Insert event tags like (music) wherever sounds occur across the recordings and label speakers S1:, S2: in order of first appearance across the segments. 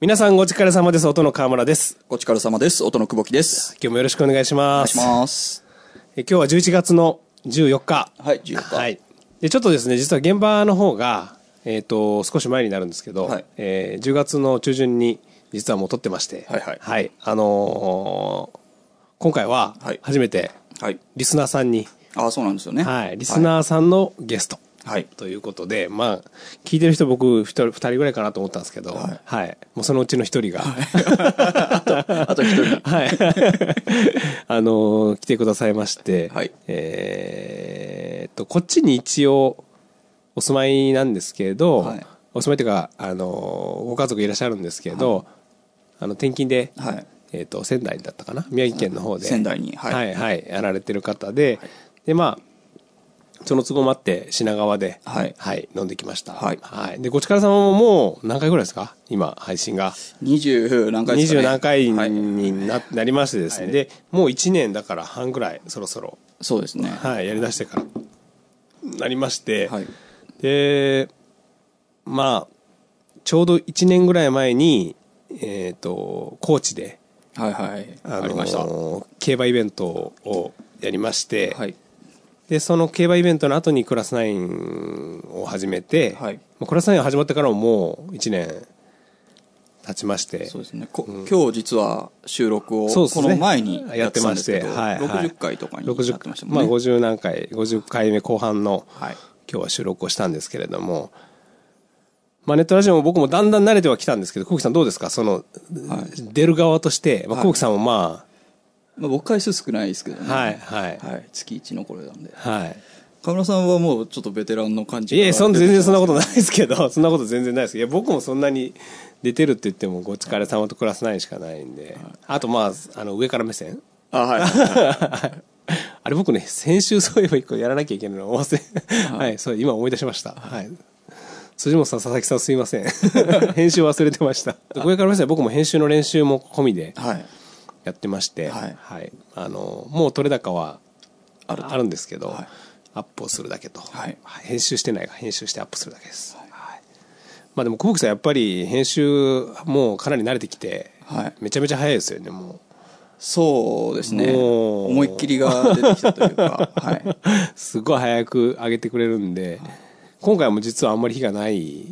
S1: 皆さんごお疲れ様です。音の河村です。
S2: お疲れ様です。音の久保木です。
S1: 今日もよろしくお願いし
S2: お願
S1: ま
S2: いし
S1: す。
S2: ます。
S1: え今日は11月の14日。
S2: はい14日
S1: はい。で、ちょっとですね、実は現場の方が、えっ、と、少し前になるんですけど、
S2: はい
S1: えー10月の中旬に実はもう撮ってまして、
S2: はいはい
S1: あのー今回は
S2: はい
S1: 初めて
S2: はい。
S1: リスナーさんに、
S2: ああ、そうなんですよね。
S1: はい、リスナーさんのゲスト。
S2: はい。
S1: ということで、まあ、聞いてる人僕一人二人ぐらいかなと思ったんですけど、はい
S2: い、
S1: もうそのうちの一人が、
S2: あと一人。
S1: (laughs) はい。あのー来てくださいまして、
S2: はい
S1: えーっと、こっちに一応、お住まいなんですけど、
S2: はい
S1: お住まいというか、あのーご家族いらっしゃるんですけど、あの、転勤で、
S2: はい。
S1: えーっと、仙台だったかな宮城県の方で。
S2: 仙台に
S1: は、
S2: はいい
S1: はい、やられてる方で、で、まあ、その都合もあって、品川で、
S2: はい
S1: 飲んできました。
S2: はい
S1: で、ごちからさまももう何回ぐらいですか今、配信が。
S2: 二十何回
S1: 二
S2: です
S1: 十
S2: かね。
S1: 何回
S2: はい。
S1: にな,、なりましてですね、でもう1年だから半ぐらいそろそろ、
S2: そうですね。
S1: はい、やりだしてからなりまして、
S2: はい
S1: でまあちょうど1年ぐらい前にえっ、と高知で、
S2: はいはい。
S1: のー
S2: ありました。は
S1: 競馬イベントをやりまして、
S2: い。
S1: でその競馬イベントの後にクラス9を始めて、
S2: はい
S1: まあクラス9始まってからももう1年経ちまして
S2: そうですね。こ今日実は収録を
S1: そうで
S2: こ
S1: すね
S2: の前にやってたんですけど、
S1: はいはい
S2: 60回とかにや
S1: 60
S2: ってました
S1: ま
S2: も
S1: あ
S2: んね。
S1: 50何回50回目後半の、
S2: はい
S1: 今日は収録をしたんですけれども、まあ、ネットラジオも僕もだんだん慣れてはきたんですけど久木さんどうですかその、出る側として、まあ、
S2: はい
S1: 久木さんもま
S2: まあ僕回数少ないですけどね。
S1: あはいはいはい、
S2: はい。月一のこれなんで。河村さんはもうちょっとベテランの感じ
S1: い、やそん全然そんな
S2: こ
S1: ことないですけど (laughs) そんなこと全然ないですけどいや僕もそんなに出てるって言ってもごちかれ様と暮らさないしかないんで、あとまああの上から目線 (laughs)
S2: と。あ、はい。
S1: あれ僕ね、先週そういえば一個やらなきゃいけないのを忘れ、はい、そう、今思い出しました。はい。辻本さん、佐々木さんすいません。 (laughs) 編集忘れてました。これからですね、僕も編集の練習も込みで
S2: はい。
S1: やってまして、
S2: はい
S1: あの、もう取れ高は
S2: あると
S1: あるんですけど、
S2: はい
S1: アップをするだけと、
S2: はい
S1: 編集してないが編集してアップするだけです。はいまあでも、久保木さん、やっぱり編集、もうかなり慣れてきて、
S2: はい
S1: めちゃめちゃ早いですよね、もう。 (laughs)
S2: そうですね。
S1: もう
S2: 思いっきりが出てきたという
S1: (laughs)
S2: か、はい。
S1: すごい早く上げてくれるんで、今回も実はあんまり日がない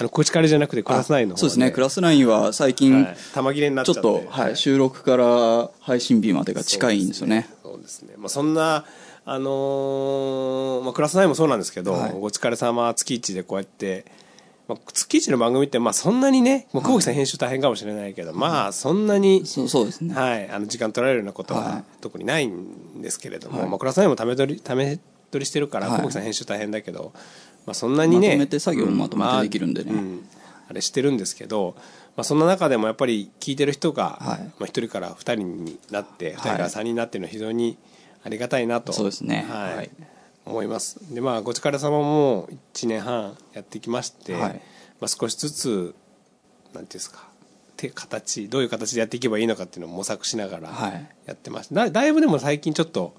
S1: あのこちからじゃなくてクラス内の方、
S2: そうですね。クラス9は最近、
S1: はい玉切れになっ
S2: ち
S1: ちゃ
S2: ょ
S1: っ
S2: ってと、はい、収録から配信日までが近いんですよね。
S1: そうですね、まあ、そんなあのーまあ、クラス内もそうなんですけど、
S2: はい
S1: ごちかれ様月一でこうやって、まあ、月一の番組ってまあそんなにね、まあ、久保木さん編集大変かもしれないけど、まあそんなに
S2: そうそうですね。
S1: はい、あの時間取られるようなこと
S2: は
S1: はい特にないんですけれども、
S2: はい
S1: まあ、クラス内もため取りため取りしてるから、
S2: はい
S1: 小牧さん編集大変だけど、まあ、そんなにね
S2: まとめて作業もまとめてできるんでね
S1: まあうんあれしてるんですけど、まあ、そんな中でもやっぱり聞いてる人が、
S2: はい
S1: まあ、1人から2人になって2人
S2: はい
S1: から3人になってるのは非常にありがたいなと、
S2: そうですね
S1: はい
S2: はい
S1: 思いますでまあごちからさまも1年半やってきまして、
S2: はい
S1: まあ、少しずつなんていうんですか手形どういう形でやっていけばいいのかっていうのを模索しながら
S2: はい
S1: やってました、だだいぶでも最近ちょっと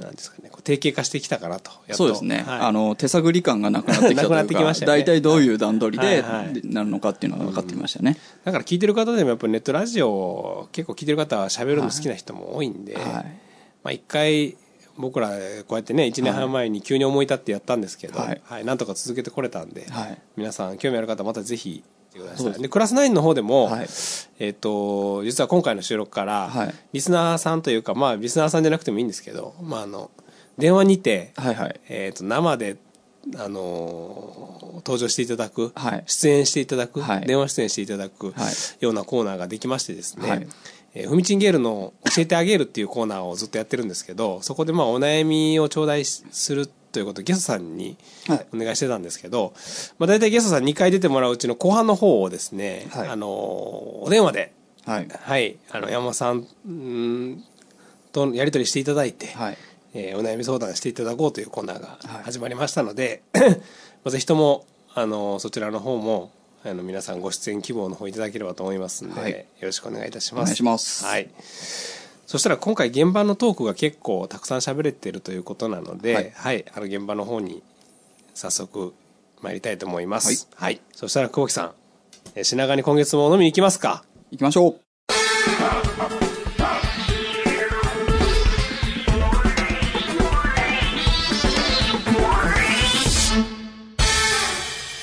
S1: なんですかねこう定型化してきたかなとやっと
S2: そうですね、
S1: はい
S2: あの手探り感がなくなってきたとい
S1: (laughs)
S2: う
S1: なく
S2: か
S1: なってきましたよね
S2: 大体どういう段取りで
S1: はいはい
S2: なるのかっていうのが分かってきましたね、
S1: だから聞いてる方でもやっぱりネットラジオを結構聞いてる方は喋るの好きな人も多いんで、
S2: はい
S1: まあ一回僕らこうやってね1年半前に急に思い立ってやったんですけど、は
S2: はいい
S1: なんとか続けてこれたんで、
S2: はい
S1: 皆さん興味ある方またぜひ来てくださ
S2: そう
S1: い
S2: で
S1: ですクラス9の方でも、
S2: はい
S1: えっと実は今回の収録から、
S2: はい
S1: リスナーさんというかまあリスナーさんじゃなくてもいいんですけど、まあ、あの電話にて、
S2: はいはい
S1: えっと生で、あのー登場していただく、
S2: はい
S1: 出演していただく、
S2: はい
S1: 電話出演していただく、
S2: はい
S1: ようなコーナーができましてですね、
S2: はい
S1: えーふみちんゲールの「教えてあげる」っていうコーナーをずっとやってるんですけどそこでまあお悩みを頂戴しするということをゲストさんに
S2: はい
S1: お願いしてたんですけど、まあ、大体ゲストさん2回出てもらううちの後半の方をですね、
S2: はい
S1: あのーお電話で、
S2: はい
S1: はい、あの山本さんうーんとやり取りしていただいて、
S2: はい
S1: えーお悩み相談していただこうというコーナーが
S2: はい
S1: 始まりましたので、 (coughs) まあぜひともあのそちらの方もあの皆さんご出演希望の方いただければと思いますので、
S2: はい
S1: よろしくお願いいたします。
S2: お願いします
S1: はい。そしたら今回現場のトークが結構たくさん喋れてるということなので、は
S2: はいい、
S1: あの現場の方に早速参りたいと思います。はい。そしたら久保木さん
S3: えー品川に今月も飲みに行きますか
S2: 行きましょう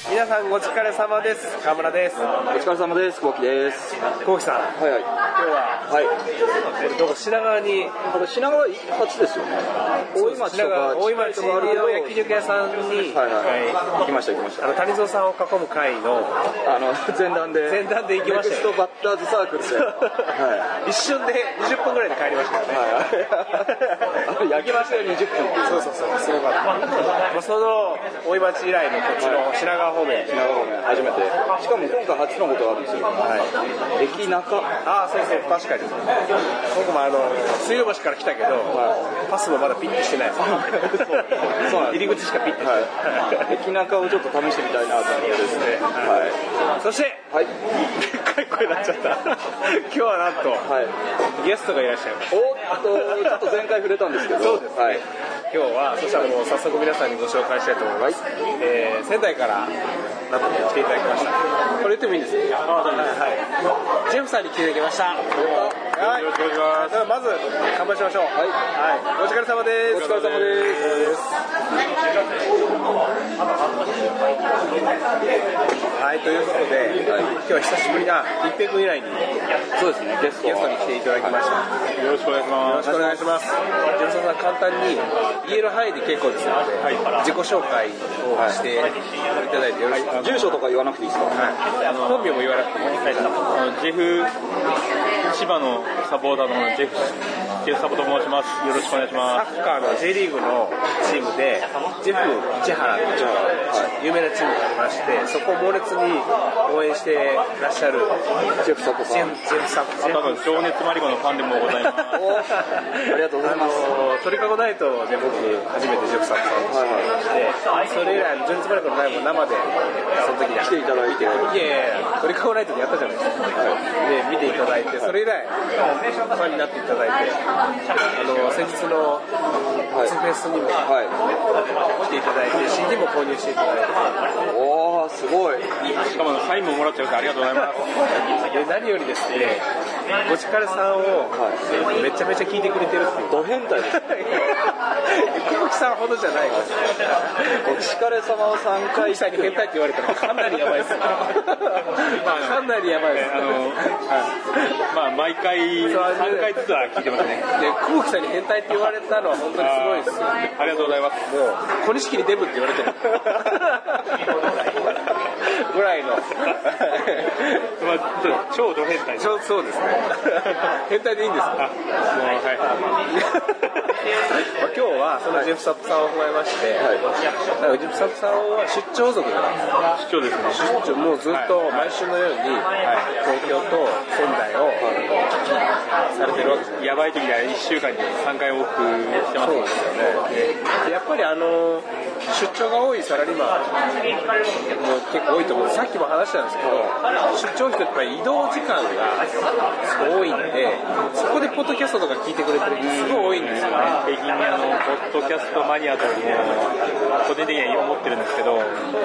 S3: 皆さんお疲れ様です河村です
S4: お疲れ様です、コウキです。
S3: こうきさん
S4: はいはい。はい。
S3: どこ品川に
S4: これ品川一発ですよね。大井町とか、
S3: 大井町
S4: と
S3: の
S4: かあるけど
S3: 焼肉屋さんに、
S4: はいはい。行きました行きまし
S3: あの谷蔵さんを囲む会の
S4: た。あの、前段で。
S3: 前段で行きましたよ
S4: ネクストバッターズサークルで。は
S3: 一瞬で20分ぐらいで帰りましたよね、(laughs)
S4: い。はい。焼きましたよ、20分。そうそうそう。すごかった。
S3: まあ、その大井町以来のこっちの品川方面、
S4: 品川方面初めて。しかも今回初のことがあるんですよ。はい。駅中。
S3: ああそうそう確かに僕もあの水曜橋から来たけど、パスもまだピッてしてないです
S4: そうなんです
S3: 入り口しかピッてしてない、
S4: はい。駅中をちょっと試してみたいなと思ってですね。は
S3: そして
S4: い。はい。
S3: でっかい声になっちゃった今日はなんと、
S4: はい。
S3: ゲストがいらっしゃいます
S4: おっと、ちょっと前回触れたんですけど。
S3: そうですね
S4: はい。
S3: 今日はそしたらもう早速皆さんにご紹介したいと思います、えー仙台からなんと来ていただきましたこれ言ってもいいんですかはいジェフさんに来ていただきましたはい、よろしくお願いしますではまず乾杯しましょうはい、お疲れ様です
S4: お疲れ様です。
S3: はいということで、今日は久しぶりな一平君以来に
S4: そうですね、ゲスト
S3: ゲストに来ていただきました、
S5: よろしくお願いし
S3: よろ
S5: ま
S3: し
S5: す。
S3: くお願いします。ジェムソンさん、簡単に言える範囲で結構ですので、自己紹介をしていただいてよろしいですか。
S4: 住所とか言わなくていいですか
S3: はい本名も言わなくてもいいです
S5: あのジェフ千葉のサポーターのジェフジェフサポと申します。よろしくお願い
S3: サ
S5: しま
S3: ッカーの J リーグのチームで、ジェフ市原という有名なチームがありまして、そこを猛烈に応援してらっしゃる
S4: ジェフ佐藤
S3: ジ
S4: さ
S3: ェフ
S4: ん。
S3: ジェフさん。
S5: す。多分情熱マリコのファンでもございます。
S4: おありがとうございます。
S3: あの鳥かごナイトで僕初めてジョクさんと
S4: はい
S3: 会ってそれ以来純ツバルコのライブを生でその時に
S4: 来ていただいて。
S3: いやいや、鳥かごライトでやったじゃないですか、で見ていただいて、それ以来、ファンになっていただいて、あの先日の
S4: は
S3: ツーフェイスにも来
S4: はい。
S3: ていただいて、CD も購入していただいて、
S4: おー、すごい。
S5: しかもサインももらっちゃうてありがとうございます。
S3: で何よりですね、ごちかれさんをめちゃめちゃ聞いてくれてるっていう。
S4: ド変態です。
S3: 久保木さんほどじゃないです
S4: お疲れ様を
S3: 久
S4: 3
S3: 保
S4: 回
S3: 木さんに変態って言われたら (laughs) かなりやばいですよかなりやばいです
S5: あの、まあ毎回三回ずつは聞いてますね。
S3: で久保木さんに変態って言われたのは本当にすごいですよ
S5: ありがとうございます。
S3: もう小錦にデブって言われてるぐらい
S5: (laughs)
S3: の
S5: まあちょっと超ド変態。
S3: ちょそうですね変態でいいんですか、
S5: あ、もうはい。
S3: まあ、今日はそのジェフ・サップさんを踏まえまして、なんかジェフ・サップさんは出張族じゃないですか
S5: 出張ですね。
S3: 出張もうずっと毎週のように東京と仙台をされてるわけじゃないですか
S5: やばい時は一週間に三回往復してます
S3: そう
S5: の
S3: で
S5: で。
S3: すよね。やっぱりあの出張が多いサラリーマンも結構多いと思うんです。さっきも話したんですけど、出張人ってやっぱり移動時間が多いんで、そこでポッドキャストとか聞いてくれてる人すごい多いんですよね。
S5: 最近あのポッドキャストマニアというのを個人的には思ってるんですけど、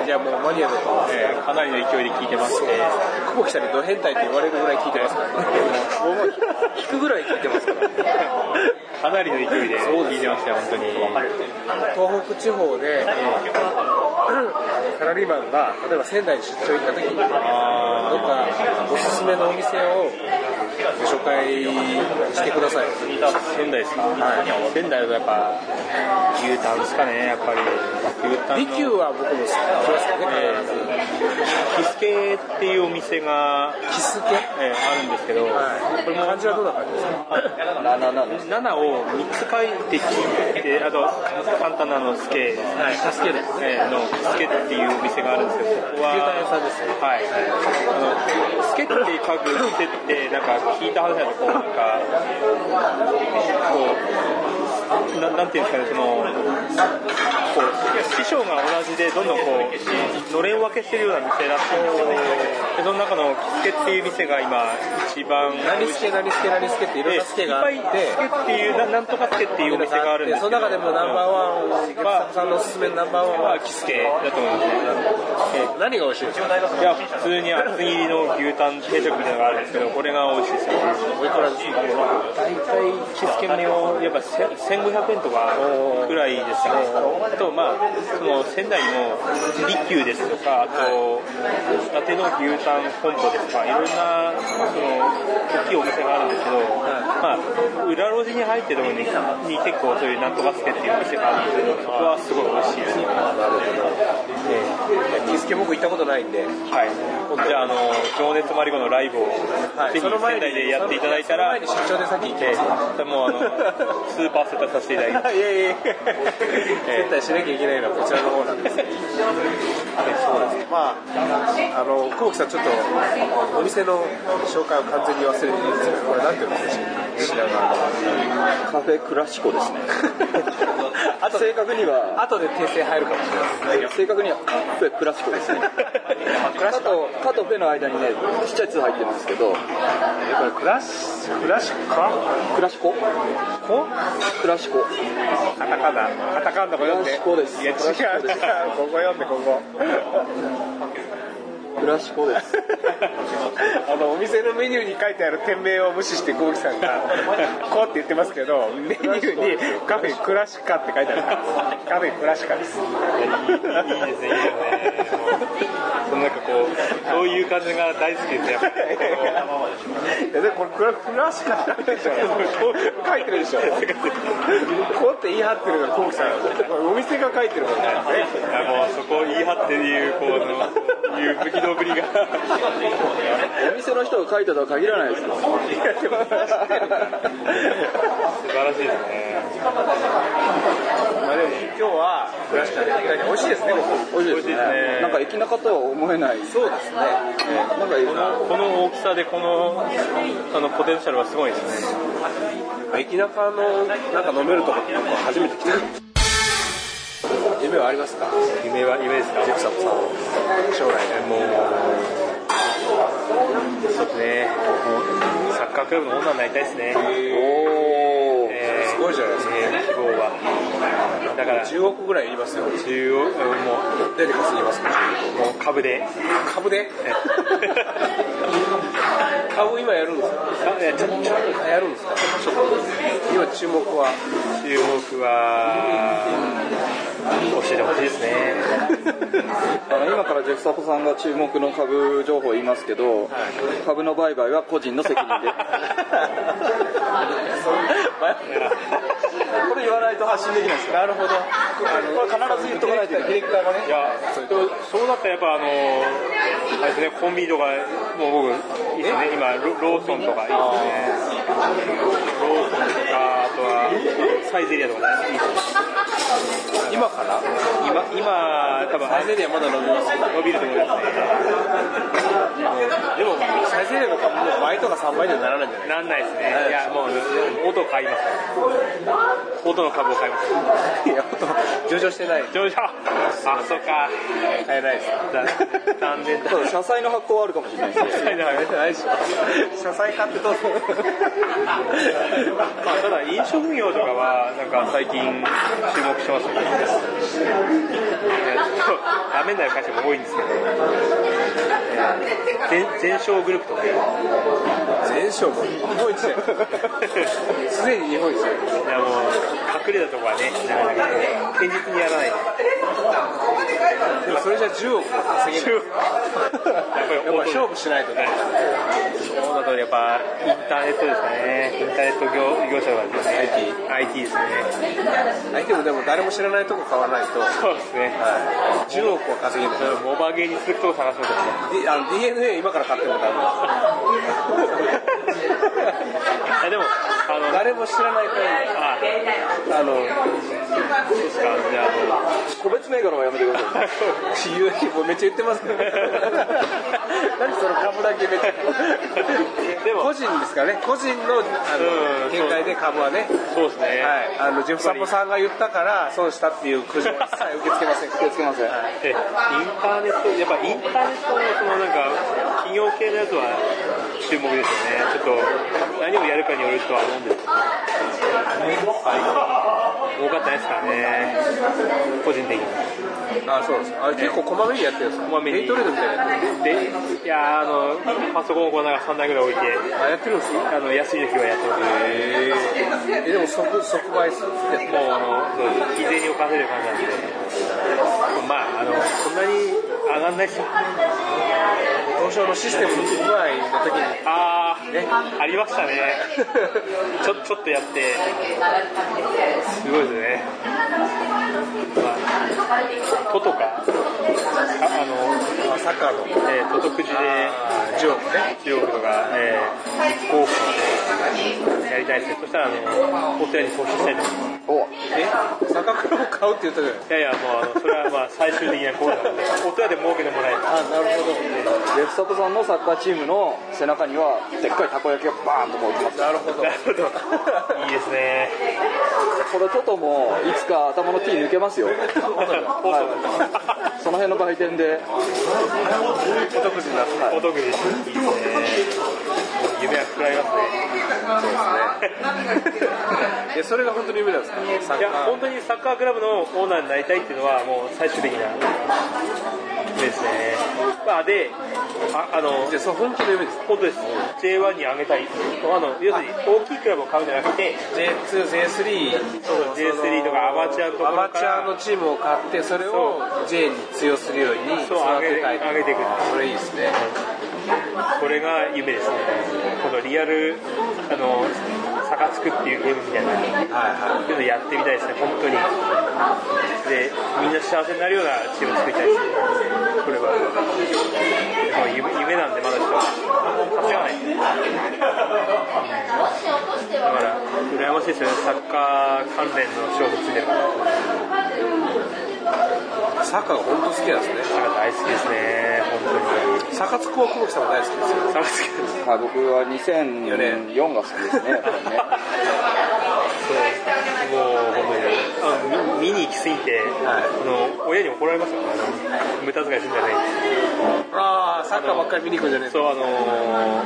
S3: じゃあもうマニアだと思う。
S5: えーかなりの勢いで聞いてまして、
S3: 久保木さんにド変態って言われるぐらい聞いてますからね。
S4: 引くぐらい聞いてますから。
S5: かなりの勢いで聞いてましたよ本当に。
S3: 東北地方で、サラリーマンが例えば仙台に出張行った時にとかおすすめのお店をご紹介してください
S5: 仙台ですか。仙台だとやっぱ牛タンですかねやっぱり。牛タン
S3: 利
S5: の
S3: 休は僕も好きますけどね
S5: キスケっていうお店が、
S3: 必ずキス系
S5: えーあるんですけど、
S3: はいこれも感じはどんな感じですか
S4: な、な、な、です。
S5: 7を3つ書いてきて、あと簡単なあのスケ、はい、スケですね、のスケっていうお店があるんですけど、ここは
S3: 牛タン屋さんですね
S5: はい、あのスケって書く店ってなんか聞いた話だとこうなんかこうななんていうんですかねその。こう師匠が同じでどんどんこうのれん分けしてるような店らしいんですよねでその中のキスケっていう店が今一番
S3: (laughs) 何スケ何スケ何スケっていろん
S5: でい
S3: な
S5: っ
S3: スケがあっ
S5: ぱ
S3: て
S5: いキスケっていうななんとかってっていうお店があるんです
S3: そ
S5: け
S3: の
S5: ど
S3: 中でもナンバーワンお客さんのおすすめのナンバーワン
S5: まあ
S3: は
S5: キスケだと思いますね
S3: 何が美味しいですか
S5: いや普通に厚切りの牛タン定食みたいなのがあるんですけどこれが美味しいですよ
S3: おいくらですか
S5: 大体キスケメをやっぱせ1500円とかぐらいですよねあとまあその仙台も利休ですとかあと伊達の牛タン本舗ですとかいろんなその大きいお店があるんですけど、まあ、裏路地に入ってるところにに結構そういうなんとかすけっていうお店があるんですけどそこはすごい美味しいですね
S3: キスケ僕行ったことないんで
S5: はい、じゃあ、あの情熱マリコのライブを、ぜひ仙台でやっていただいたら、
S3: その前に出張で先行きま
S5: (laughs)
S3: す
S5: もうあのスーパーセタさせていただきます。
S3: いやいやいや、接待しなきゃいけないのはこちらの方なんですけど、そうですね、まあ、あの久保木さん、ちょっとお店の紹介を完全に忘れているんですけど、これ、なんていうお店でした品川のカフェクラシコですね、あと正確には、後で訂正入るかもしれない正確にはカフェクラシコですね、カとカとフェの間にね、ちっちゃい2入ってますけど、これクラシ、クラシコクラシココクラシコ
S5: カタカナ、カタカナこ読んで。
S3: クラシコです
S5: いや違う
S3: クラシコです
S5: 違うここ読んでここ。
S3: クラシコです
S4: あのお店のメニューに書いてある店名を無視してゴーキさんが「こ」って言ってますけどメニューに「カフェクラシカ」って書いてあるカフェクラシカです
S5: いいですね、いいですね。そのなんかこう、そういう感じが大好きですね。
S4: いやでもこれクラクラシカって書いてるでしょ書いてるでしょこうって言い張ってるのがコウキさんこれお店が書いてるもんね
S5: あもうそこを言い張っていう、こう、あの、いう武器のぶりが。
S3: お店の人が書いたとは限らないですよ
S5: 素晴らしいですね。
S4: まあでも今日はクラシカで美味しいですね
S3: 美味しいです
S5: 美味しい
S3: ね
S5: ですね
S3: なんか駅中とは思えないそうですね、なんかいい
S5: このこの大きさで、この、あの、ポテンシャルはすごいですね。
S4: 駅中のなんか飲めるとこって僕は初めて来た夢はありますか
S5: 夢は夢ですかジェクサムさん将来ねもうそうですねもうサッカークラブの女になりたいですね
S4: おお、
S5: えー
S4: すごいじゃないですか
S5: えー希望はだから
S4: 10億ぐらいいりますよ
S5: 中央も
S4: 出て稼ぎますか
S5: うもう株で
S4: 株
S3: (laughs)
S4: で株今やるんですか
S5: あいやちょちょ
S4: やるんですか今注目は
S5: 注目は教えてほしいですね
S3: あの今からジェフサポさんが注目の株情報を言いますけど、株の売買は個人の責任 (laughs) でこれ言わないと発信できないですなるほどこれ必ず言っとかないといけないディレクターが
S5: い
S3: ね
S5: やそうだったらやっぱあのあれですねコンビニとかもう僕いいですね今ロローソンとかいいですねローソンとかあとはサイゼリアとかねいいですね
S4: 今から
S5: 今今多分
S4: サイゼリアまだ飲みますで
S5: 伸びると思いますね
S4: もサイゼリアの株も倍とか3倍にはならないんじゃない
S5: なんないですねいやもう音買います音の株を買います
S4: いやほんと上場してない
S5: 上場あそっか
S4: 買えないです
S5: だ
S4: (laughs)
S5: 残念だ
S3: ただ社債の発行はあるかもしれないですね
S4: 買えてないでしょ社債買ってどうする
S5: (laughs) まあ、ただ飲食業とかはなんか最近注目してますよねいやちょっとダメになる会社も多いんですけどえー全全商グループとかい
S4: 全勝負日本一だよすでに日本一だよ
S5: やもう隠れたとこはねなかなかね堅実にやらないと
S4: でもそれじゃ10億も稼げない
S5: やっぱり
S4: やっぱ勝負しないとね
S5: そうだとやっぱインターネットですかねインターネット業業者とかですね IT ですね
S4: 相手もでも誰も知らないとこ買わないと
S5: そうですね
S4: 10億は稼げない
S5: モバゲーにするとこ探しましょうね
S4: D- あの DNA 今から買ってもダメです
S5: いやでもあの
S4: 誰も知らないと
S5: あ
S4: あの
S5: そうですかじゃああの
S3: 個別銘柄はやめてください
S4: 自由にもうめっちゃ言ってますけど
S3: (laughs)
S4: 何その株だけめっちゃでも個人ですからね個人のあ
S5: う
S4: の
S5: ん
S4: 見解で株はね
S5: そうですね。
S4: はい、あのジェフサポさんが言ったから損したっていう苦情は一切受け付けません
S3: 気をつけません
S5: でインターネット、やっぱインターネットのそのなんか、企業系のやつは注目ですよねちょっと何をやるかによるとは思うんですけど儲かってないですからね個人的に
S3: あそうですあれ結構こまめにやってるんですか
S5: こまめに
S3: デイトレードみたいなやってる
S5: でいやーあのパソコンをこうなんか3台ぐらい置いて
S3: あやってるんですか
S5: あの安い時はやってます
S3: えーえでも即即売するって
S5: もうあのそう日銭を稼いでる感じなんでまああのそんなに上がんないっすよ
S3: 東証のシステムに不具合の時に
S5: ああ、
S3: ね
S5: ありましたね。ちょ、ちょっとやって。すごいですね。まあ、ととか、ああの、
S3: あサッカーの
S5: えー、ととくじで、
S3: ジョークね
S5: 中国とか、えー、多くでやりたいですね。そしたら、あの、お寺に投資したいと思います。
S3: おえ坂倉を買うって言ったじゃない
S5: いやいや、もうあの、それはまあ、最終的なゴールなので、 (laughs) お寺で儲けてもらえる。
S4: あなるほどレフサコさんのサッカーチームの背中にはでっかいたこ焼きがバーンとこう置いてます
S3: なるほど
S5: なるほど。いいですね。
S4: これトトもいつか頭の T 抜けますよ、
S5: (laughs)
S4: はい、その辺の売店で
S5: お得になった。お得に。いいですね。夢は膨らみますね。
S3: いやそれが本当に夢なんですかサッ
S5: い
S3: カ
S5: や
S3: ー
S5: 本当にサッカークラブのオーナーになりたいっていうのはもう最終的な夢ですね、まあ、でああの
S3: じゃあそう本当の夢です
S5: 本当です J1 に上げたいあの要するに大きいクラブを買うんじゃなくて
S3: J2、J3
S5: そう J3 とかアマチュアのとこ
S3: ア
S5: ろ
S3: マチ
S5: から
S3: ュアのチームを買ってそれを J に強するように育
S5: そう上げ
S3: てたい
S5: 上げていく
S3: それいいですね
S5: これが夢ですねこのリアルあのサカツクっていうゲームみたいなそういうのやってみたいですね本当にでみんな幸せになるようなチームを作りたいですねこれはでも夢夢なんでまだちょっと稼がないですねだから羨ましいですよねサッカー関連の勝負ついてる方とか
S3: サッカーが本当好きなんですね
S5: 大好きですね本当に
S3: サカツコは久保木さんも大好きですよ
S5: サカツク
S4: はい僕は2004が好きですねやっぱりね
S5: そうもう本当にあの見見に行きすぎて、あの親に怒られますよねあの無駄遣いするんじゃない
S3: ああサッカーばっかり見に行くんじゃねえ
S5: そうあの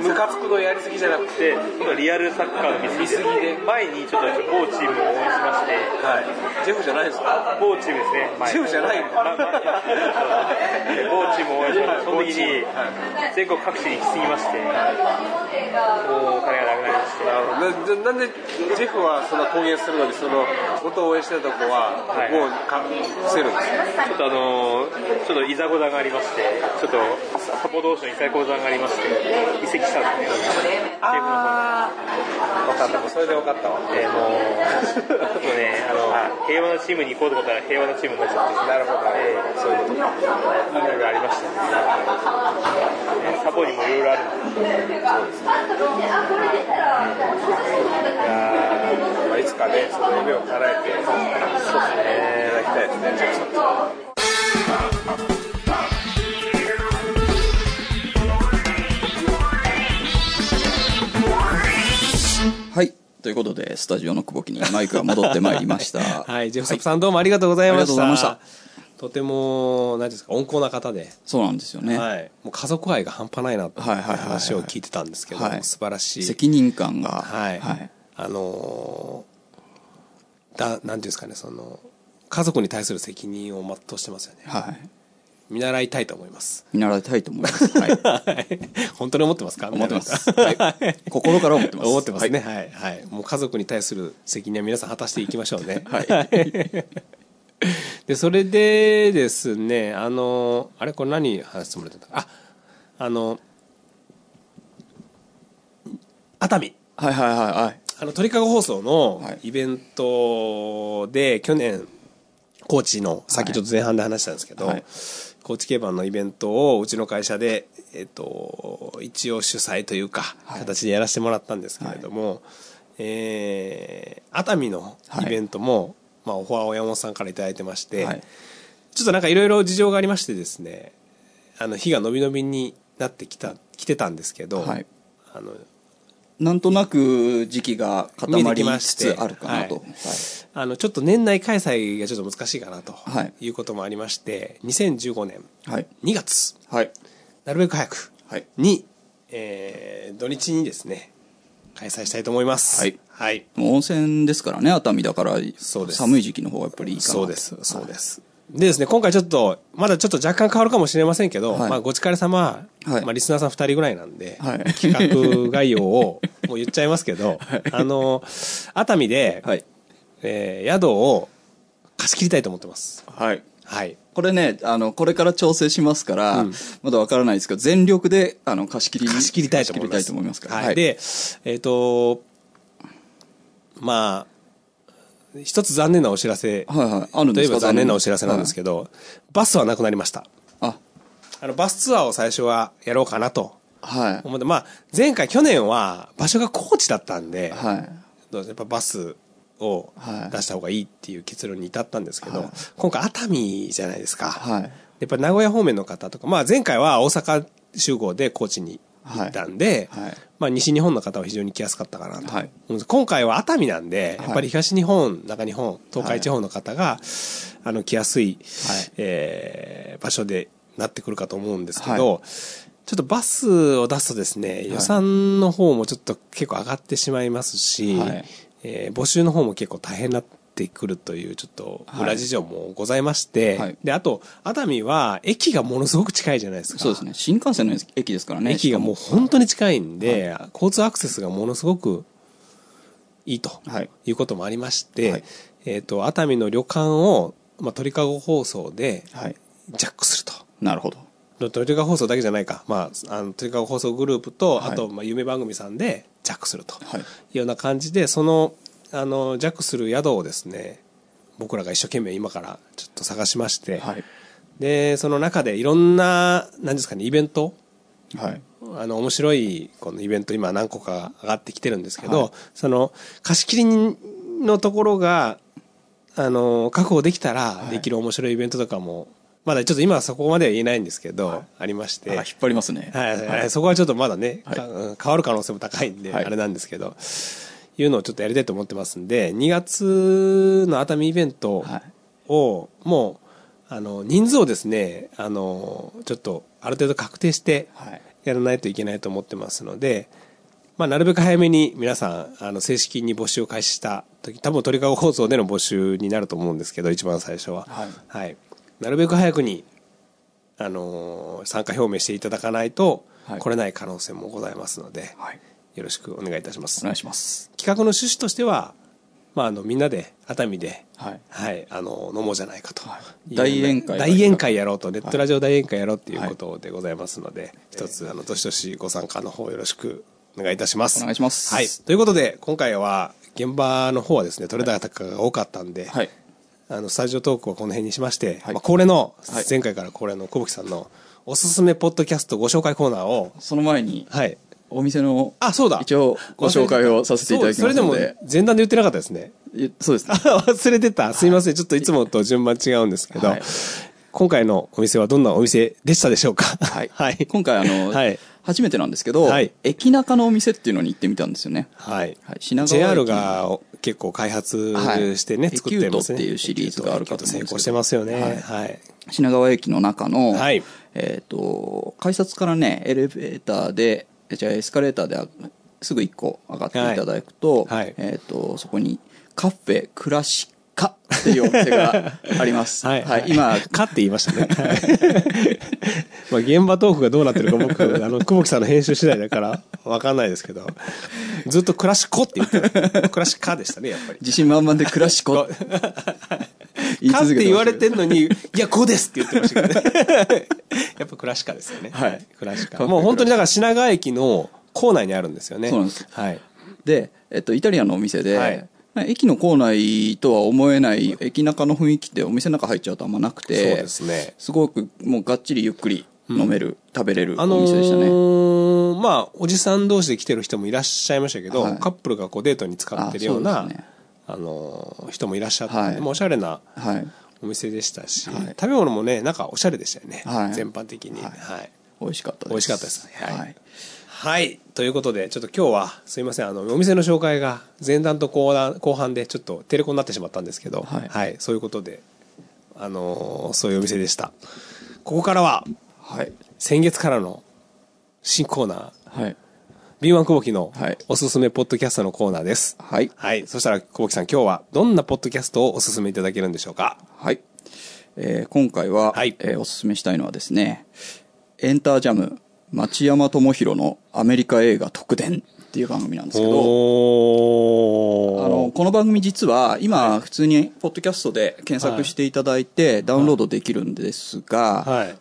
S3: ムカつくのやりすぎじゃなくて
S5: で今度リアルサッカーの見過ぎで前にちょっと某チームを応援しまして
S3: はいジェフじゃないですか
S5: 某チームですね前
S3: ジェフじゃ (laughs) ないの
S5: まあまあで某チームを応援しましてその時に全国各地に行き過ぎましてもうお金がなくなりまし
S3: なじ
S5: て
S3: ゃなんでジェフはそんな公言するのにその元を応援してたとこは
S5: はい
S3: もうか伏せるんですよ
S5: ちょっとあのーちょっといざこざがありまして、ちょっとサポ同士のいざこざがありまして、移籍したんですね。あ
S3: 分かったそれで分かったわ
S5: ーえー、もう、ちょっとね、あの、平和なチームに行こうと思ったら平和なチームになっちゃって、
S3: なるほど
S5: えーそういうこと、いろいろありましたね。ねサポにもいろいろあるんで
S3: まあいつかねその夢を叶えてそうですねいただきたいですねジェフさん
S2: はい。ということで、スタジオの久保木にマイクが戻ってまいりました。
S1: (laughs) はい、ジェフソプさんどうもありがとうございました。
S2: ありがとうございま
S1: とても、何ですか、温厚な方で、
S2: そうなんですよね。
S1: はい、もう家族愛が半端ないなって
S2: はいはいはいはい
S1: 話を聞いてたんですけど、
S2: はい
S1: 素晴らしい。
S2: 責任感が。
S1: はい。あのーだ、なんていうんですかね、その、家族に対する責任を全うしてますよね。
S2: はい
S1: 見習いたいと思います。
S2: 見習いたいと思
S1: (laughs)
S2: います。はい。
S1: はい本当に思ってますか
S2: 思ってます。
S1: 皆さん
S2: はい心から思ってます。
S1: 思ってますね。
S2: はい。
S1: はい。はい。もう家族に対する責任は皆さん果たしていきましょうね。
S2: はい
S1: い。で、それでですね、あの、あれこれ何話してもらってたあ、あの、熱海。
S2: はいはいはいはい。
S1: あの、鳥かご放送の
S2: はい
S1: イベントで、去年、高知の、さっきちょっと前半で話したんですけど、
S2: はい
S1: 高知競馬のイベントをうちの会社で、えっと、一応主催というか、
S2: はい
S1: 形でやらせてもらったんですけれども、えー熱海の
S2: はい
S1: イベントも、まあ、オファーを山本さんから頂いてまして、
S2: はい
S1: ちょっとなんかいろいろ事情がありましてですね、あの、日が伸び伸びになってきた、来てたんですけど、
S2: はい
S1: あの、
S2: なんとなく時期が固まり
S1: 見えてきま
S2: つ
S1: し
S2: つ
S1: て
S2: あるかなと。
S1: は
S2: はい
S1: いあのちょっと年内開催がちょっと難しいかなと
S2: はい
S1: いうこともありまして、2015年
S2: はい。
S1: 2月
S2: はい。
S1: なるべく早く
S2: はい
S1: に、えー土日にですね開催したいと思います
S2: はい
S1: はい、
S2: もう温泉ですからね熱海だから
S1: そうです
S2: 寒い時期の方がやっぱりいいかな
S1: そうですそうです、でですね今回ちょっとまだちょっと若干変わるかもしれませんけど、
S2: はい
S1: まあ、ご力様、
S2: はい
S1: まあ、リスナーさん2人ぐらいなんで、
S2: はい
S1: 企画概要をもう言っちゃいますけど、
S2: (laughs)
S1: あの熱海で、
S2: はい
S1: えー宿を貸し切りたいと思ってます
S2: はい
S1: はい
S2: これねあのこれから調整しますから、まだわからないですけど全力であの貸し切りに
S1: 貸し切りたいと思います
S2: 貸し切りたいと思いますから、
S1: はいでえっ、とまあ一つ残念なお知らせ、
S2: はいはいあるん
S1: と
S2: で
S1: いえ
S2: すか
S1: ば残念なお知らせなんです
S2: け
S1: けど、バスはなくなりました
S2: ど、はい
S1: あのバスツアーを最初はやろうかなと
S2: あは
S1: 思ってまあ前回去年は場所が高知だったんで、
S2: いはい
S1: どうやっぱバスを
S2: はい
S1: 出した方がいいっていう結論に至ったんですけど、
S2: はい
S1: 今回熱海じゃないですか、
S2: はい
S1: やっぱり名古屋方面の方とか、まあ、前回は大阪集合で高知に行ったんで、
S2: はいはい
S1: まあ、西日本の方は非常に来やすかったかなと思
S2: は
S1: うん
S2: い
S1: です、今回は熱海なんで
S2: はい
S1: やっぱり東日本中日本東海地方の方が、あの来やすい、
S2: はい
S1: えー場所でなってくるかと思うんですけど、ちょっとバスを出すとですね予算の方もちょっと結構上がってしまいますし、
S2: はい
S1: えー募集の方も結構大変になってくるというちょっと裏事情もございまして、
S2: はい
S1: で、あと、熱海は駅がものすごく近いじゃないですか。
S2: そうですね新幹線の駅ですからね
S1: 駅がもう本当に近いんで、交通アクセスがものすごくいいと、
S2: はい
S1: い、うこともありまして、
S2: はい
S1: えっ、と、熱海の旅館を、まあ、鳥かご放送で
S2: はい
S1: ジャックすると。
S2: なるほど
S1: の鳥かご放送だけじゃないか。まあ、あの鳥かご放送グループと、
S2: はい
S1: あと、まあ、夢番組さんでジャックすると。
S2: はい
S1: いうような感じでそのあのジャックする宿をですね僕らが一生懸命今からちょっと探しまして、
S2: はい
S1: でその中でいろんな何ですかねイベント
S2: はい
S1: あの面白いこのイベント今何個か上がってきてるんですけど、
S2: はい
S1: その貸し切りのところがあの確保できたらできる面白いイベントとかも、まだちょっと今はそこまでは言えないんですけど、ありまし
S2: あ
S1: て
S2: 引っ張りますね
S1: はいはいはい、そこはちょっとまだね、
S2: はい
S1: かうん変わる可能性も高いんで、
S2: はい
S1: あれなんですけど、いうのをちょっとやりたいと思ってますんで、2月の熱海イベント
S2: はい
S1: を、もう、あの、人数をですね、あの、ちょっと、ある程度確定して、
S2: はい
S1: やらないといけないと思ってますので、まあ、なるべく早めに皆さん、あの、正式に募集を開始した時、多分鳥かご放送での募集になると思うんですけど、一番最初は。
S2: はい
S1: なるべく早くに、あのー参加表明していただかないと
S2: はい
S1: 来れない可能性もございますので、
S2: はい
S1: よろしくお願いいたしま
S2: お
S1: す。
S2: 願いします
S1: 企画の趣旨としては、まあ、あの、みんなで、熱海で、
S2: はい
S1: はい、あの、飲もうじゃないかと。
S2: はい大宴会
S1: 大宴会やろうと、ネットラジオ大宴会やろうっていうことでございますので、一つ、あの、どしどしご参加の方よろしくお願いいたします。
S2: お願いします
S1: はい。ということで、今回は、現場の方はですね、取れ高が多かったんで、
S2: はい
S1: あの、スタジオトークはこの辺にしまして、
S2: はい
S1: まあ、恒例の
S2: はい、
S1: 前回から恒例の小吹さんのおすすめポッドキャストご紹介コーナーを、
S2: その前に
S1: はい。
S2: お店の
S1: あ、そうだ。
S2: 一応ご紹介をさせていただきますの
S1: そうそれ
S2: で
S1: でも、前段で言ってなかったですね。 (laughs)
S2: いそうですね
S1: あ忘れてた。すいません。ちょっといつもと順番違うんですけど、
S2: はい
S1: 今回のお店はどんなお店でしたでしょうか。
S2: は
S1: (laughs)
S2: い
S1: はい。
S2: 今回あの、
S1: はい
S2: 初めてなんですけど、
S1: はい
S2: 駅中のお店っていうのに行ってみたんですよね。
S1: はい
S2: はい品川駅
S1: JR が結構開発してね、
S2: はい
S1: 作ってますね。
S2: エキュートっていうシリーズがあるかと思うん
S1: 成
S2: ですけど
S1: 功してますよね。はい。
S2: 品川駅の中の、
S1: はい
S2: えっ、と、改札からね、エレベーターで、じゃあエスカレーターであすぐ1個上がっていただくと、
S1: はいはい
S2: えっ、と、そこにカフェクラシカっていうお店がありま
S1: (laughs)
S2: す。
S1: はい。
S2: 今、
S1: かって言いましたね。 (laughs) まあ、現場トークがどうなってるか
S2: (laughs)
S1: 僕、あの、久保木さんの編集次第だから、わかんないですけど、ずっとクラシコって言ってた、クラシカでしたね、やっぱり。
S2: 自信満々でクラ
S1: (laughs)
S2: シコって
S1: かっ
S2: 言い続けてましたけど
S1: て言われてんのに、いや、こうですって言ってましたけど、ね、 (laughs) やっぱクラシカですよね。
S2: はい
S1: クラシカ。もう本当にだから品川駅の構内にあるんですよね。
S2: そうなんです
S1: はい。
S2: で、えっと、イタリアンのお店で、
S1: はい
S2: 駅の構内とは思えない駅中の雰囲気ってお店の中入っちゃうとあんまなくて
S1: そうですね
S2: すごくもうがっちりゆっくり飲める、食べれる
S1: あの
S2: お店でしたね、
S1: ーまあ、おじさん同士で来てる人もいらっしゃいましたけど、
S2: はい
S1: カップルがこうデートに使ってるよう
S2: あそ
S1: な、
S2: う
S1: あ
S2: ですね
S1: のー人もいらっしゃって、
S2: はい
S1: もうおしゃれな
S2: はい
S1: お店でしたし、
S2: はい
S1: 食べ物もね、なんかおしゃれでしたよね。
S2: はい
S1: 全般的に。
S2: はい
S1: はい
S2: 美味しかったです
S1: 美味しかったです
S2: は、
S1: はいいはい。ということで、ちょっと今日は、すいません、あの、お店の紹介が、前段と後段後半で、ちょっと、テレコになってしまったんですけど、
S2: はい
S1: そういうことで、あのーそういうお店でした。ここからは、
S2: はい
S1: 先月からの新コーナー、
S2: はい。
S1: B1 久保木の
S2: はい
S1: おすすめポッドキャストのコーナーです。
S2: はい。
S1: はい。そしたら久保木さん、今日はどんなポッドキャストをおすすめいただけるんでしょうか
S2: はい。えー今回は、
S1: はい
S2: えーおすすめしたいのはですね、エンタージャム、町山智博のアメリカ映画特伝っていう番組なんですけど、あ
S1: お
S2: の、この番組実は、今、普通に、ポッドキャストで検索していただいて、ダウンロードできるんですが、
S1: はい。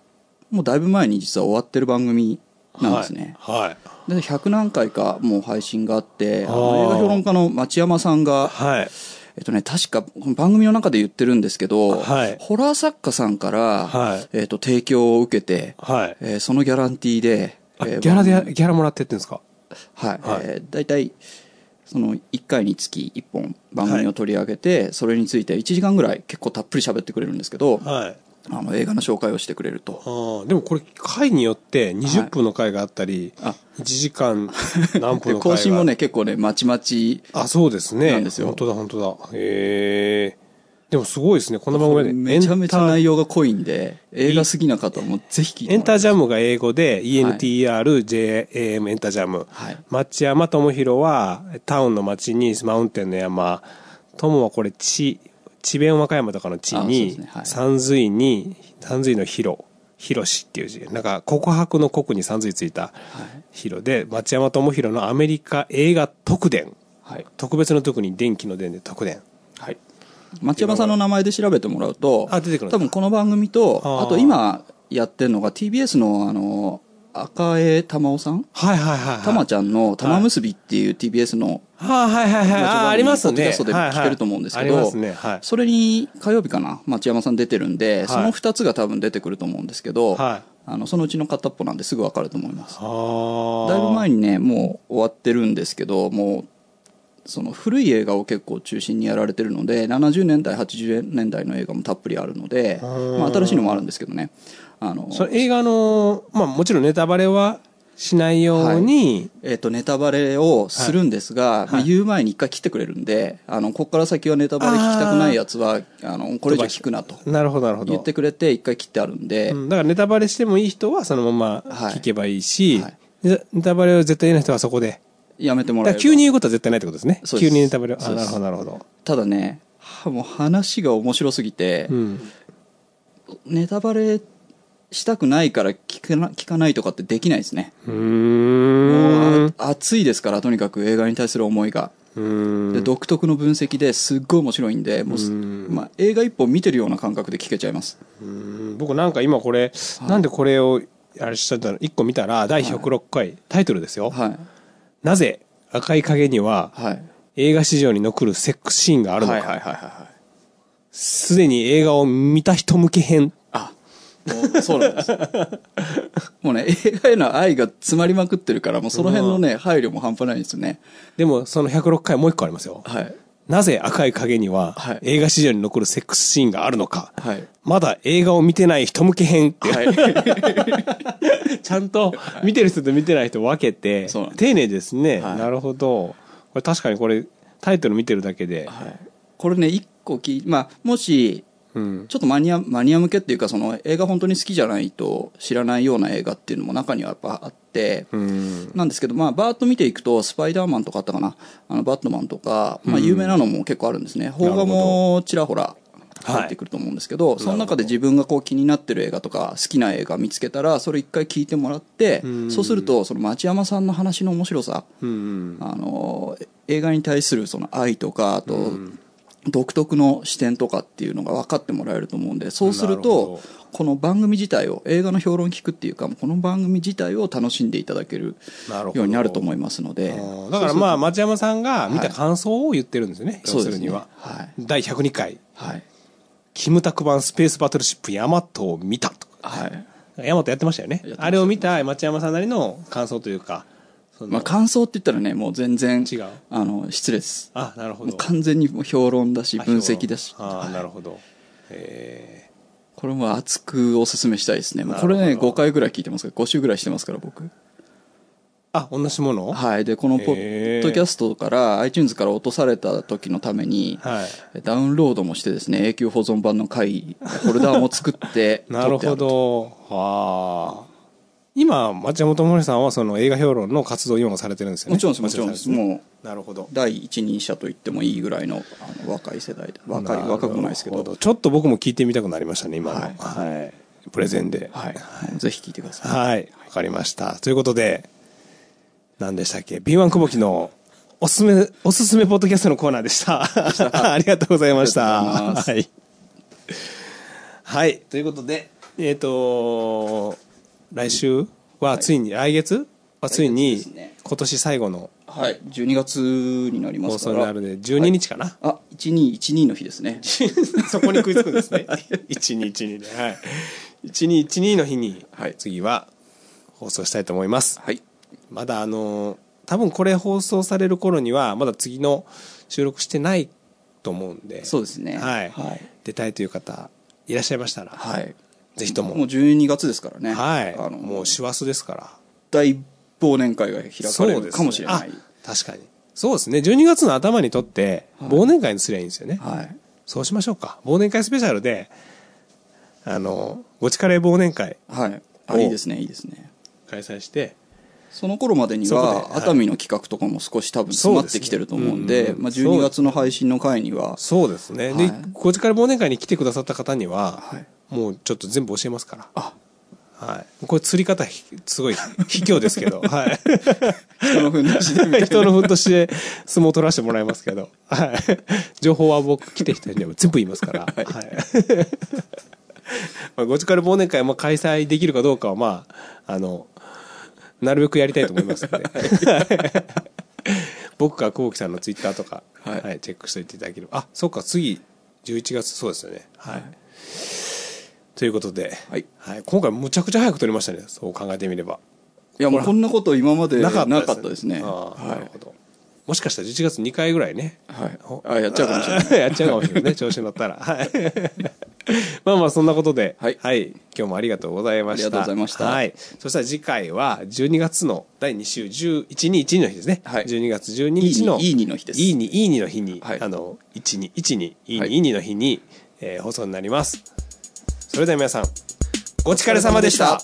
S2: もうだいぶ前に実は終わってる番組なんですね。
S1: はい。
S2: で100何回かもう配信があってあの
S1: あー
S2: 映画評論家の町山さんが、
S1: はい。はい。
S2: えっとね、確かこの番組の中で言ってるんですけど、
S1: はい
S2: ホラー作家さんから、
S1: はい
S2: えっと提供を受けて、
S1: はい。
S2: えーそのギャランティーで、
S1: あ
S2: えー
S1: ギャラ
S2: 番組
S1: で、ギャラもらってってんですか
S2: はい
S1: はい
S2: えー大体その1回につき1本番組を取り上げて、それについて1時間ぐらい結構たっぷり喋ってくれるんですけど、
S1: はい。
S2: あの映画の紹介をしてくれると
S1: あ。ーでもこれ回によって20分の回があったり、
S2: あ
S1: 1時間何分
S2: (laughs)
S1: の回
S2: で
S1: が
S2: 更新もね結構ねまちまち
S1: あそうですね
S2: なんですよ
S1: 本当だ本当だへえでもすごいですねこの番組で
S2: めちゃめちゃ
S1: エン
S2: 内容が濃いんで、映画好きな方もぜひ聞い
S1: タエ
S2: て
S1: ン
S2: も
S1: ター
S2: らいたい。
S1: ジャムが英語で ENTRJAM エンタージャム、
S2: はい
S1: 町山智弘はタウンの町にマウンテンの山友はこれ地智弁和歌山とかの地
S2: あそうで
S1: に、
S2: すねはい
S1: 山水に山水の広広しっていう字なんか告白の告に山水ついた広で町山智弘のアメリカ映画特伝
S2: はい。
S1: 特別の特に電気の電で特伝
S2: はい。町山さんの名前で調べてもらうと、
S1: あ出てくるんだ
S2: 多分この番組と、
S1: あー
S2: あと今やってるのが TBS のあの、赤江玉緒さん
S1: はいはいはい、はい。
S2: 玉ちゃんの玉結びっていう TBS の、
S1: はあ、はいはいはい。あ、ありますね。
S2: ポッドキャストで聞けると思うんですけど
S1: はいはいありますね。はい。
S2: それに火曜日かな、町山さん出てるんで、そ
S1: はい
S2: の2つが多分出てくると思うんですけど、
S1: はい
S2: あのそのうちの片っぽなんですぐわかると思います。
S1: あ
S2: だいぶ前
S1: に。
S2: にねもう終わってるんですけどもうその古い映画を結構中心にやられてるので70年代80年代の映画もたっぷりあるので、まあ、新しいのもあるんですけどねあの
S1: その映画の、まあもちろんネタバレはしないように、
S2: えっとネタバレをするんですが、まあ言う前に一回切ってくれるんであのここから先はネタバレ聞きたくないやつはあのこれ以上聞くなと
S1: なるほどなるほど。
S2: 言ってくれて一回切ってあるんで、
S1: うんだからネタバレしてもいい人はそのまま
S2: はい
S1: 聞けばいいし、
S2: はい
S1: でネタバレを絶対いない人はそこで。
S2: やめても
S1: だ
S2: ら
S1: から
S2: えれば
S1: 急に言うことは絶対ないってことですね。
S2: そうで
S1: 急
S2: す
S1: にネタバレを。あ、
S2: そうで
S1: なる
S2: す
S1: ほどなるほど。
S2: ただねはもう話が面白すぎて、
S1: うん。
S2: ネタバレしたくないから聞かな聞かないとかってできないですね。
S1: う
S2: も
S1: ー。
S2: うんあ熱いですから、とにかく映画に対する思いが。
S1: うーん。
S2: で独特の分析ですっごい面白いんで、もうすまあ、映画一本見てるような感覚で聞けちゃいます。
S1: うん僕なんか今これ、なんでこれをあれしたんだろう1個見たら第106回、タイトルですよ、
S2: はい。
S1: なぜ赤い影には
S2: はい。
S1: 映画史上に残るセックスシーンがあるの
S2: はいはい
S1: か
S2: はいはい。
S1: すで、に映画を見た人向け編
S2: あ、もうそうなん (laughs) です。もうね、映画への愛が詰まりまくってるから、もうその辺のね、配慮も半端ないですよね。
S1: でもその106回もう1個ありますよ
S2: はい。
S1: なぜ赤い影には
S2: はい
S1: 映画史上に残るセックスシーンがあるのか、
S2: はい。
S1: まだ映画を見てない人向け編って、
S2: はい。
S1: (laughs) ちゃんと見てる人と見てない人分けて、
S2: そうなんです
S1: 丁寧ですね、
S2: はい
S1: なるほどこれ確かにこれタイトル見てるだけで、
S2: (laughs) これね、一個聞いまあ、もし、
S1: うん
S2: ちょっとマニアマニア向けっていうかその映画本当に好きじゃないと知らないような映画っていうのも中にはやっぱあって、
S1: うん
S2: なんですけど、まあ、バーッと見ていくと「スパイダーマン」とかあったかな「あのバットマン」とか、まあ、有名なのも結構あるんですね邦画もちらほら入ってくると思うんですけど、その中で自分がこう気になってる映画とか好きな映画見つけたらそれ一回聞いてもらって、そうするとその町山さんの話の面白さ、
S1: うん
S2: あの映画に対するその愛とかあと、独特の視点とかっていうのが分かってもらえると思うんでそうする
S1: なるほ
S2: とこの番組自体を映画の評論聞くっていうかこの番組自体を楽しんでいただける
S1: なるほど
S2: ようになると思いますので
S1: うんだからまあ町山さんが見た感想を言ってるんですよね、
S2: そう
S1: 要す
S2: で
S1: る
S2: す
S1: に
S2: ねは
S1: は、
S2: い、
S1: 第102回
S2: はい
S1: 「キムタク版スペースバトルシップヤマトを見た」と
S2: はい
S1: ヤマトやってましたよね
S2: やってました
S1: あれを見た町山さんなりの感想というかその
S2: まあ、感想って言ったらねもう全然
S1: 違う
S2: あの失礼です
S1: あなるほ
S2: もう
S1: ど
S2: 完全にもう評論だし
S1: あ
S2: 分析だし、
S1: あ
S2: はい
S1: なるほどへ
S2: これも熱くおすすめしたいですねもうこれ
S1: なる
S2: ね
S1: ほど
S2: 5回ぐらい聞いてますから5週ぐらいしてますから僕
S1: ーあ同じものは
S2: はい、でこのポ
S1: へー
S2: ッドキャストから iTunes から落とされた時のために、ダウンロードもしてですね永久保存版の回フォルダーも作って
S1: (laughs) なるほ
S2: 撮ってあると
S1: どはあ今、町山智史さんはその映画評論の活動を今もされてるんですよね。
S2: もちろんですもちろんです
S1: も
S2: も
S1: なるほど
S2: う。第一人者と言ってもいいぐらいのあの若い世代で若
S1: な
S2: い
S1: るほど
S2: 若くもないですけど
S1: ちょっと僕も聞いてみたくなりましたね、今の。
S2: は
S1: はいい。プレゼンで。
S2: はい、ぜひ聞いてください
S1: はい。わかりました。ということで、何でしたっけ ?B1 久保木のおすすめ、おすすめポッドキャストのコーナーでした。 (laughs) ありがとうございました。
S2: ありがとうございます
S1: はい。はい。ということで、えっ、と、来週はついに、来月はつい
S2: 来月です
S1: に
S2: ね、
S1: 今年最後の
S2: はい12月になりま
S1: 放
S2: すか
S1: 送
S2: ら
S1: になるので、12日かな。
S2: あ1212の日ですね
S1: そこに食いつくん (laughs) ですね。1212で。はい。1212の日に
S2: はい、
S1: 次は放送したいと思います。
S2: はい
S1: まだあのー多分これ放送される頃にはまだ次の収録してないと思うんで
S2: そうですね
S1: はい、
S2: はい
S1: 出たいという方いらっしゃいましたら、
S2: はい
S1: ぜひとも
S2: もう12月ですからね
S1: はい
S2: あの
S1: もう師走ですから
S2: 大忘年会が開かれ
S1: そう
S2: る
S1: ですね
S2: かもしれない、
S1: あ確かにそうですね12月の頭にとって忘年会にすりゃいいんですよね、
S2: はい
S1: そうしましょうか忘年会スペシャルであのごちカレー忘年会
S2: はいあ
S1: お
S2: いいですねいいですね
S1: 開催して
S2: その頃までに
S1: そういうこ
S2: は
S1: とではい
S2: 熱海の企画とかも少し多分詰まってきてると思うん
S1: そうですねう
S2: で
S1: んうん
S2: まあ、12月の配信の回には
S1: そうですね、
S2: はい
S1: でごちカレー忘年会に来てくださった方には、
S2: はい
S1: もうちょっと全部教えますから
S2: あ
S1: はい、これ釣り方ひすごい卑怯ですけ
S2: (laughs)
S1: ど、はい、
S2: 人のふんどしでみたい
S1: (laughs)
S2: な
S1: 人のふんとして相撲取らせてもらいますけど、はい、情報は僕来てきた人には全部言いますから、はいまあ、ごちかる忘年会も開催できるかどうかはまああのなるべくやりたいと思いますので、僕か久保木さんのツイッターとか、
S2: は
S1: はいいチェックしておいていただければあそうか次11月そうですよねはいということで、
S2: はい
S1: はい、今回むちゃくちゃ早く撮りましたねそう考えてみれば
S2: いやもうこんなこと今までな
S1: な
S2: か
S1: か
S2: った
S1: った
S2: で
S1: ですす
S2: ね
S1: ねああなるほどもしかしたら11月2回ぐらいね
S2: はい、はい、あやっちゃうかもしれな
S1: (laughs)
S2: い
S1: やっちゃうかもしれないね調子に乗ったらはい (laughs) まあまあそんなことで
S2: は
S1: はい今日もありがとうございました
S2: ありがとうございました
S1: はい、そしたら次回は12月の第2週1121の日ですね、
S2: はい
S1: 12月12日の
S2: いいにいいにの日です
S1: いいにいいにの日に、
S2: はい
S1: あの1212いい
S2: はい
S1: にいいにの日に、えー放送になりますそれでは皆さんごちかれ様でした